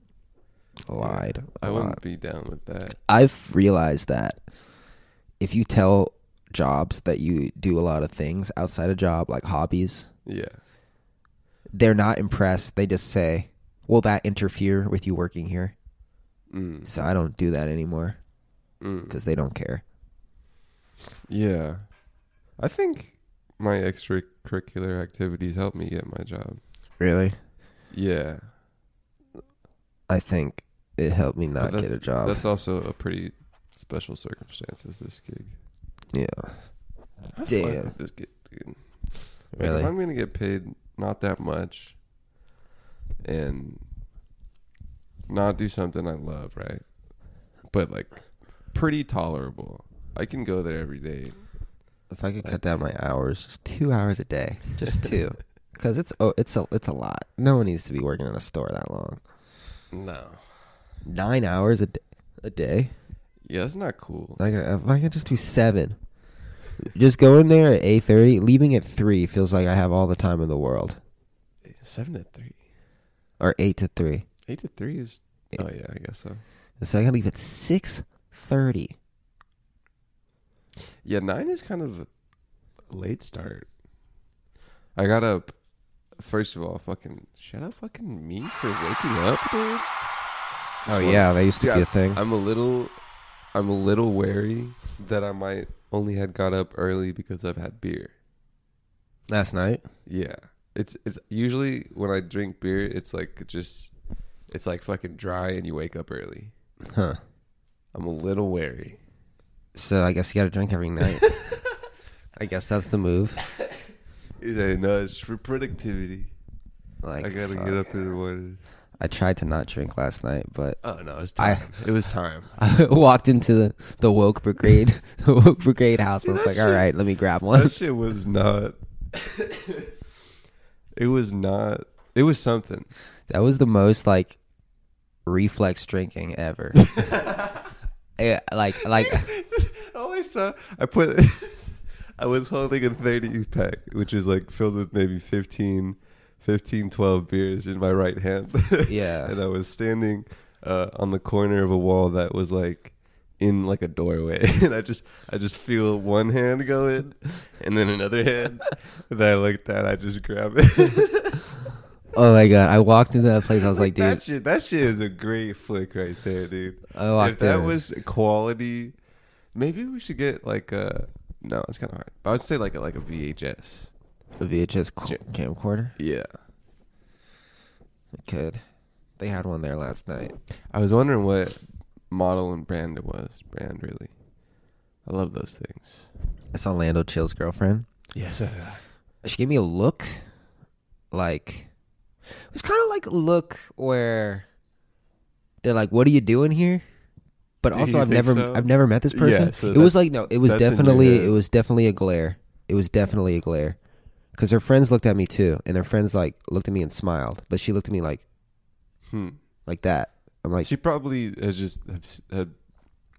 Speaker 2: lied.
Speaker 1: I
Speaker 2: a lot.
Speaker 1: wouldn't be down with that.
Speaker 2: I've realized that if you tell jobs that you do a lot of things outside a job, like hobbies,
Speaker 1: Yeah.
Speaker 2: they're not impressed. They just say, "Will that interfere with you working here?"
Speaker 1: Mm.
Speaker 2: So I don't do that anymore
Speaker 1: Mm.
Speaker 2: because they don't care.
Speaker 1: Yeah. I think my extracurricular activities helped me get my job.
Speaker 2: Really,
Speaker 1: Yeah.
Speaker 2: I think it helped me not
Speaker 1: But
Speaker 2: get
Speaker 1: that's-
Speaker 2: a job.
Speaker 1: That's also a pretty special circumstances, this gig.
Speaker 2: yeah,
Speaker 1: I fuck
Speaker 2: Damn.
Speaker 1: with This gig, dude. Like,
Speaker 2: really.
Speaker 1: if I'm going to get paid not that much and not do something I love, right? But like pretty tolerable. I can go there every day.
Speaker 2: if I could cut down my hours, just two hours a day, just *laughs* two, because it's oh, it's a it's a lot. No one needs to be working in a store that long.
Speaker 1: No.
Speaker 2: Nine hours a day. A day.
Speaker 1: Yeah, that's not cool.
Speaker 2: Like uh, if I could just do seven, just go in there at eight thirty, leaving at three feels like I have all the time in the world.
Speaker 1: Seven to three.
Speaker 2: Or eight to three.
Speaker 1: Eight to three is. Oh yeah, I guess so.
Speaker 2: So I gotta leave at six thirty.
Speaker 1: Yeah, nine is kind of a late start. I got up. First of all, fucking shout out fucking me for waking up, dude. Just Uh,
Speaker 2: Oh
Speaker 1: wanna-
Speaker 2: yeah, that used to
Speaker 1: Dude,
Speaker 2: be
Speaker 1: I'm-
Speaker 2: a thing.
Speaker 1: I'm a little, I'm a little wary that I might only had got up early because I've had beer.
Speaker 2: Last night.
Speaker 1: Yeah, it's it's usually when I drink beer, it's like just, it's like fucking dry and you wake up early.
Speaker 2: Huh.
Speaker 1: I'm a little wary.
Speaker 2: So I guess you gotta drink every
Speaker 1: *laughs*
Speaker 2: night. I guess that's the move.
Speaker 1: Yeah, no, it's for productivity.
Speaker 2: Like
Speaker 1: I gotta
Speaker 2: fuck.
Speaker 1: get up in the morning.
Speaker 2: I tried to not drink last night, but *laughs*
Speaker 1: Oh no, it was
Speaker 2: I-
Speaker 1: it was time.
Speaker 2: I walked into the, the woke brigade *laughs* the woke brigade house. I
Speaker 1: Dude,
Speaker 2: was
Speaker 1: that
Speaker 2: like,
Speaker 1: shit-
Speaker 2: all right, let me grab one.
Speaker 1: that shit was not. it was not. It was something.
Speaker 2: That was the most like reflex drinking
Speaker 1: *laughs*
Speaker 2: ever. Eh, like like
Speaker 1: All *laughs* I saw, I put. *laughs* I was holding a 30 pack, which is like filled with maybe 15, 15, 12 beers in my right hand. *laughs*
Speaker 2: Yeah.
Speaker 1: and I was standing uh, on the corner of a wall that was like in like a doorway, *laughs* and I just I just feel one hand go in, and then
Speaker 2: *laughs*
Speaker 1: another hand. and then I looked at, I just grab it. *laughs*
Speaker 2: oh my god, I walked into that place. I was like, dude,
Speaker 1: that shit, that shit is a great flick right there, dude.
Speaker 2: I walked
Speaker 1: if that
Speaker 2: in.
Speaker 1: was quality, maybe we should get like a. No, it's kind of hard. I would say like a, like a VHS.
Speaker 2: a VHS co- camcorder.
Speaker 1: Yeah.
Speaker 2: It could. They had one there last night.
Speaker 1: I was wondering what model and brand it was. Brand really. I love those things.
Speaker 2: I saw Lando Chill's girlfriend. uh,
Speaker 1: Yes.
Speaker 2: She gave me a look, like it was kind of like a look where they're like, "What are you doing here?" But
Speaker 1: Do
Speaker 2: also,
Speaker 1: you
Speaker 2: I've
Speaker 1: think
Speaker 2: never,
Speaker 1: so?
Speaker 2: I've never met this
Speaker 1: Yeah,
Speaker 2: person.
Speaker 1: so
Speaker 2: it was
Speaker 1: that's-
Speaker 2: like no, it was
Speaker 1: that's in your
Speaker 2: definitely,
Speaker 1: head.
Speaker 2: it was definitely a glare. It was definitely a glare, because her friends looked at me too, and her friends like looked at me and smiled, but she looked at me like,
Speaker 1: hmm.
Speaker 2: like that. I'm like,
Speaker 1: She probably has just. Have, have,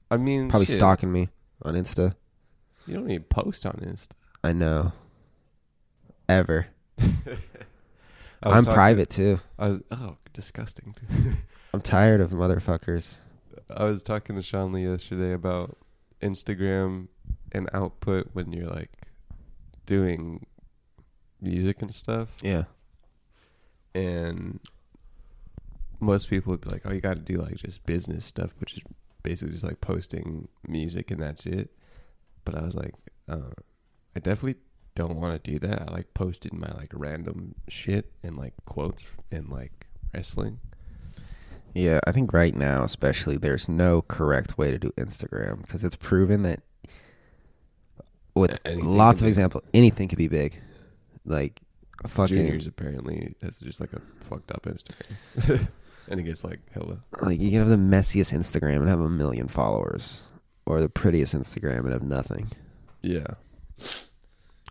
Speaker 1: I mean,
Speaker 2: probably
Speaker 1: shit,
Speaker 2: stalking me on Insta.
Speaker 1: You don't need post on Insta.
Speaker 2: I know.
Speaker 1: *laughs*
Speaker 2: Ever.
Speaker 1: I was
Speaker 2: I'm
Speaker 1: talking-
Speaker 2: private too.
Speaker 1: I was, oh, disgusting. dude.
Speaker 2: I'm tired of motherfuckers.
Speaker 1: I was talking to Sean Lee yesterday about Instagram and output when you're like doing music and stuff.
Speaker 2: Yeah.
Speaker 1: And most people would be like, oh, you got to do like just business stuff, which is basically just like posting music and that's it. But I was like, uh, I definitely don't want to do that. I like posted my like random shit and like quotes and like wrestling.
Speaker 2: Yeah, I think right now especially there's no correct way to do Instagram because it's proven that with
Speaker 1: A- anything
Speaker 2: lots of
Speaker 1: can be-
Speaker 2: example anything could be big. Like a fucking
Speaker 1: Juniors apparently has just like a fucked up *laughs* Instagram, and it gets like hella.
Speaker 2: like you can have the messiest Instagram and have a million followers or the prettiest Instagram and have nothing.
Speaker 1: Yeah,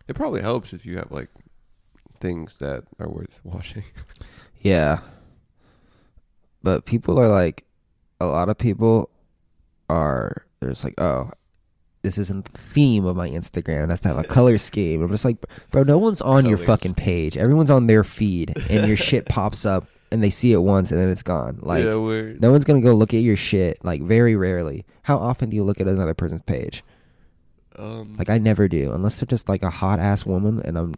Speaker 1: it probably helps if you have like things that are worth *laughs* watching.
Speaker 2: Yeah. But people are like, a lot of people are, they're just like, oh, this isn't the theme of my Instagram. It has to have a color scheme. I'm just like, bro, no one's on your
Speaker 7: Colors.
Speaker 2: fucking page. Everyone's on their feed, and your shit pops up, and they see it once, and then it's gone. Like,
Speaker 1: yeah, weird.
Speaker 2: no one's gonna go look at your shit. Like, very rarely. How often do you look at another person's page?
Speaker 1: Um,
Speaker 2: Like, I never do, unless they're just like a hot ass woman, and I'm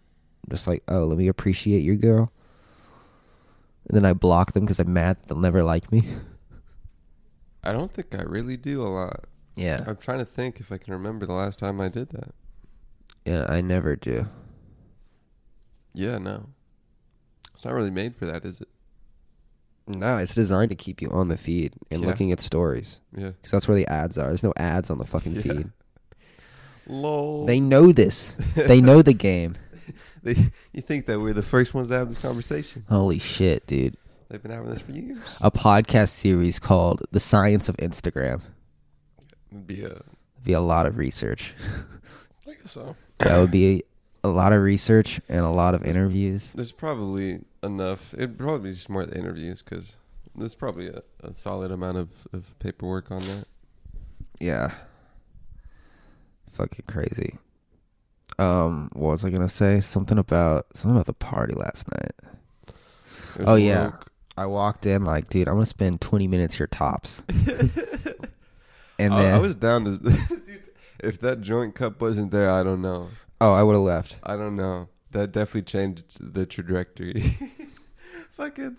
Speaker 2: just like, oh, let me appreciate your girl. And then I block them because I'm mad that they'll never like me.
Speaker 1: I don't think I really do a lot.
Speaker 2: *laughs* Yeah,
Speaker 1: I'm trying to think if I can remember the last time I did that.
Speaker 2: yeah, I never do.
Speaker 1: Yeah, no. It's not really made for that, is it?
Speaker 2: No, it's designed to keep you on the feed and
Speaker 1: Yeah.
Speaker 2: looking at stories.
Speaker 1: Yeah.
Speaker 2: Because that's where the ads are. There's no ads on the fucking
Speaker 1: Yeah.
Speaker 2: feed.
Speaker 1: Lol.
Speaker 2: They know
Speaker 1: *laughs*
Speaker 2: this. they know the game.
Speaker 1: They- you think that we're the first ones to have this conversation?
Speaker 2: Holy shit, dude.
Speaker 1: They've been having this for years.
Speaker 2: A podcast series called The Science of Instagram.
Speaker 1: It'd be a,
Speaker 2: Be a lot of research.
Speaker 1: I guess so.
Speaker 2: that would be a lot of research and a lot of interviews.
Speaker 1: There's probably enough. It'd probably be just more the interviews because there's probably a, a solid amount of, of paperwork on that.
Speaker 2: Yeah. Fucking crazy. Um, what was I gonna say? Something about something about the party last night.
Speaker 1: It was
Speaker 2: Oh, yeah.
Speaker 1: woke.
Speaker 2: I walked in like, dude, I'm gonna spend 20 minutes here
Speaker 1: *laughs*
Speaker 2: tops. and
Speaker 1: Oh, I,
Speaker 2: then,
Speaker 1: I was down to. *laughs* Dude, if that joint cup wasn't there, I don't know.
Speaker 2: oh, I would have left.
Speaker 1: I don't know. That definitely changed the trajectory. *laughs* Fucking.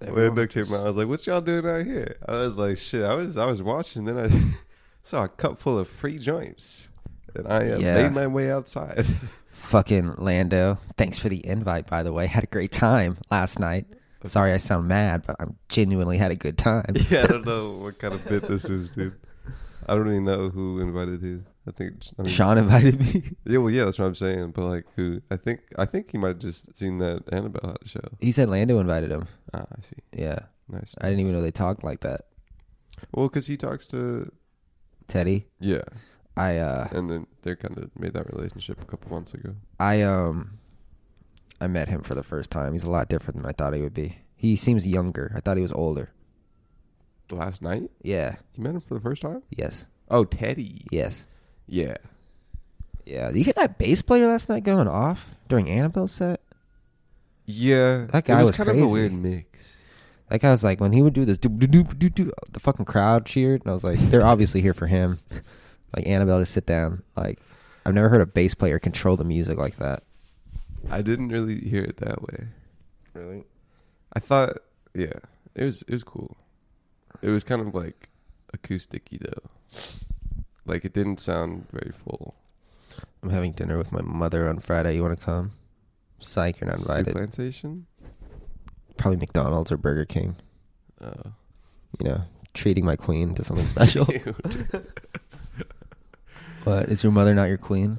Speaker 1: When I looked at him, I was like, "What y'all doing out here?" I was like, "Shit!" I was I was watching, then I *laughs* saw a cup full of free joints, and I uh,
Speaker 2: Yeah.
Speaker 1: made my way outside. *laughs*
Speaker 2: Fucking Lando, thanks for the invite, by the way. Had a great time last night. Sorry I sound mad, but I genuinely had a good
Speaker 1: *laughs*
Speaker 2: time.
Speaker 1: yeah, I don't know what kind of bit this is, dude. I don't even know who invited who. I think I mean,
Speaker 2: Sean invited me.
Speaker 1: Yeah, well, yeah, that's what I'm saying. But like, who? I think I think he might have just seen that Annabelle had a show.
Speaker 2: He said Lando invited him.
Speaker 1: Ah, I see.
Speaker 2: Yeah.
Speaker 1: Nice.
Speaker 2: I didn't even know they talked like that.
Speaker 1: Well, because he talks to
Speaker 2: Teddy.
Speaker 1: yeah,
Speaker 2: I uh
Speaker 1: and then they kind of made that relationship a couple months ago.
Speaker 2: I um I met him for the first time. He's a lot different than I thought he would be. He seems younger. I thought he was older.
Speaker 1: Last night,
Speaker 2: Yeah.
Speaker 1: you met him for the first time.
Speaker 2: Yes.
Speaker 1: Oh, Teddy.
Speaker 2: Yes.
Speaker 1: Yeah.
Speaker 2: Yeah. Did you get that bass player last night going off during Annabelle's set?
Speaker 1: Yeah,
Speaker 2: That guy
Speaker 1: it was,
Speaker 2: was
Speaker 1: kind of
Speaker 2: crazy.
Speaker 1: a weird mix.
Speaker 2: Like I was like when he would do this, doop, doop, doop, doop, doop, the fucking crowd cheered, and I was like, they're obviously here for him. *laughs* Like Annabelle, just sit down. Like I've never heard a bass player control the music like that.
Speaker 1: I didn't really hear it that way.
Speaker 2: Really?
Speaker 1: I thought, yeah, it was it was cool. It was kind of like acousticy though. Like it didn't sound very full.
Speaker 2: I'm having dinner with my mother on Friday. You want to come? Psych, you're not
Speaker 1: Soup
Speaker 2: invited.
Speaker 1: plantation.
Speaker 2: Probably McDonald's or Burger King.
Speaker 1: Oh.
Speaker 2: You know, treating my queen to something *laughs* special. what is your mother not your queen?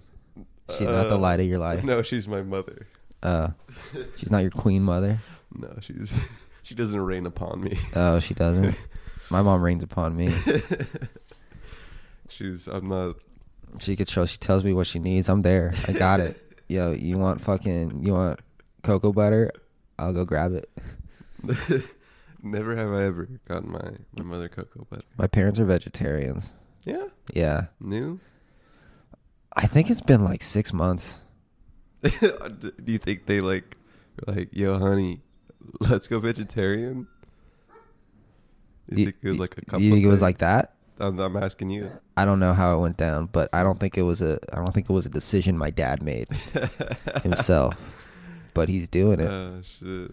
Speaker 2: She's not the
Speaker 1: Uh,
Speaker 2: light of your life.
Speaker 1: No, she's my mother.
Speaker 2: Uh, she's not your queen mother.
Speaker 1: No, she's *laughs* she doesn't rain upon me.
Speaker 2: Oh, she *laughs* doesn't. My mom reigns upon me.
Speaker 1: *laughs* She's I'm not. *laughs*
Speaker 2: She controls. She tells me what she needs. I'm there. I got it. Yo, you want fucking you want cocoa butter? I'll go grab it.
Speaker 1: Never have I ever gotten my my mother cocoa butter.
Speaker 2: My parents are vegetarians.
Speaker 1: Yeah,
Speaker 2: Yeah,
Speaker 1: new.
Speaker 2: I think it's been like six months.
Speaker 1: *laughs* Do you think they like were like yo, honey? Let's go vegetarian. You
Speaker 2: Y-
Speaker 1: think it was like a
Speaker 2: y-
Speaker 1: couple?
Speaker 2: You think it was
Speaker 1: thing?
Speaker 2: like that?
Speaker 1: I'm, I'm asking you. *laughs*
Speaker 2: I don't know how it went down, but I don't think it was a I don't think it was a decision my dad
Speaker 1: *laughs*
Speaker 2: made himself. but he's doing it.
Speaker 1: Oh shit!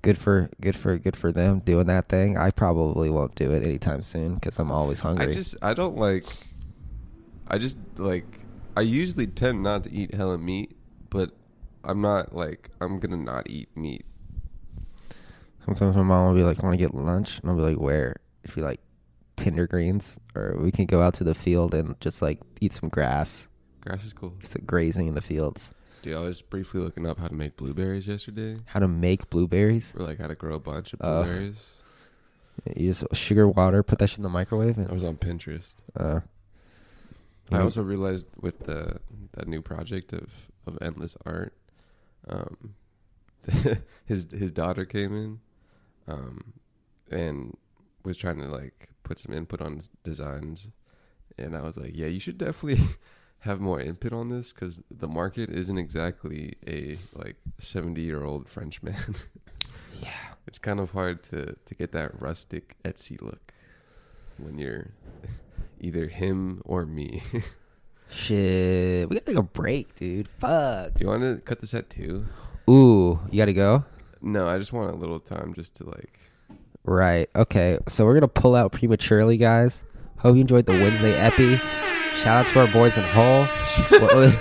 Speaker 2: good for good for good for them doing that thing. I probably won't do it anytime soon because I'm always hungry.
Speaker 1: I just I don't like. I just like I usually tend not to eat hella meat, but I'm not like I'm gonna not eat meat.
Speaker 2: Sometimes my mom will be like, "I want to get lunch," and I'll be like, "Where?" If you like Tinder greens, or we can go out to the field and just like eat some grass,
Speaker 1: Grass is cool.
Speaker 2: just like, grazing in the fields.
Speaker 1: Dude, I was briefly looking up how to make blueberries yesterday,
Speaker 2: How to make blueberries?
Speaker 1: or like how to grow a bunch of
Speaker 2: Oh. *laughs*
Speaker 1: blueberries.
Speaker 2: You just sugar water, put that shit in the microwave,
Speaker 1: I
Speaker 2: and
Speaker 1: was on Pinterest.
Speaker 2: uh,
Speaker 1: I
Speaker 2: you-
Speaker 1: also realized with the that new project of of endless art, um, *laughs* his his daughter came in, um, and was trying to like put some input on his designs, and I was like, yeah, you should definitely *laughs* have more input on this because the market isn't exactly a like seventy year old French *laughs* man.
Speaker 2: Yeah.
Speaker 1: it's kind of hard to to get that rustic Etsy look when you're either him or me. *laughs*
Speaker 2: Shit. We gotta take a break, dude. Fuck.
Speaker 1: Do you want to cut this at two?
Speaker 2: Ooh, you gotta go?
Speaker 1: No, I just want a little time just to like.
Speaker 2: Right. Okay. So we're gonna pull out prematurely, guys. Hope you enjoyed the Wednesday epi. Shout out to our boys in
Speaker 1: *laughs*
Speaker 2: Hull. we'll,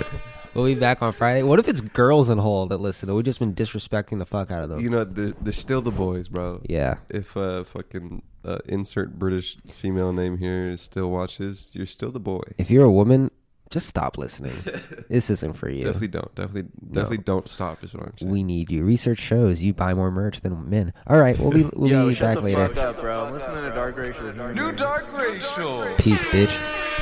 Speaker 2: we'll be back on Friday. What if it's girls in Hull that listen? We've just been disrespecting the fuck out of them.
Speaker 1: You know, they're, they're still the boys, bro.
Speaker 2: yeah.
Speaker 1: If uh, fucking uh, insert British female name here still watches, you're still the boy.
Speaker 2: If you're a woman, just stop
Speaker 1: *laughs*
Speaker 2: listening. this isn't for you.
Speaker 1: Definitely don't. Definitely, definitely don't stop. Is what I'm saying.
Speaker 2: We need you. Research shows you buy more merch than men. All right. We'll be, we'll be back later.
Speaker 7: up, bro. I'm listening to Dark Racial.
Speaker 4: New Dark Racial.
Speaker 2: Peace, bitch.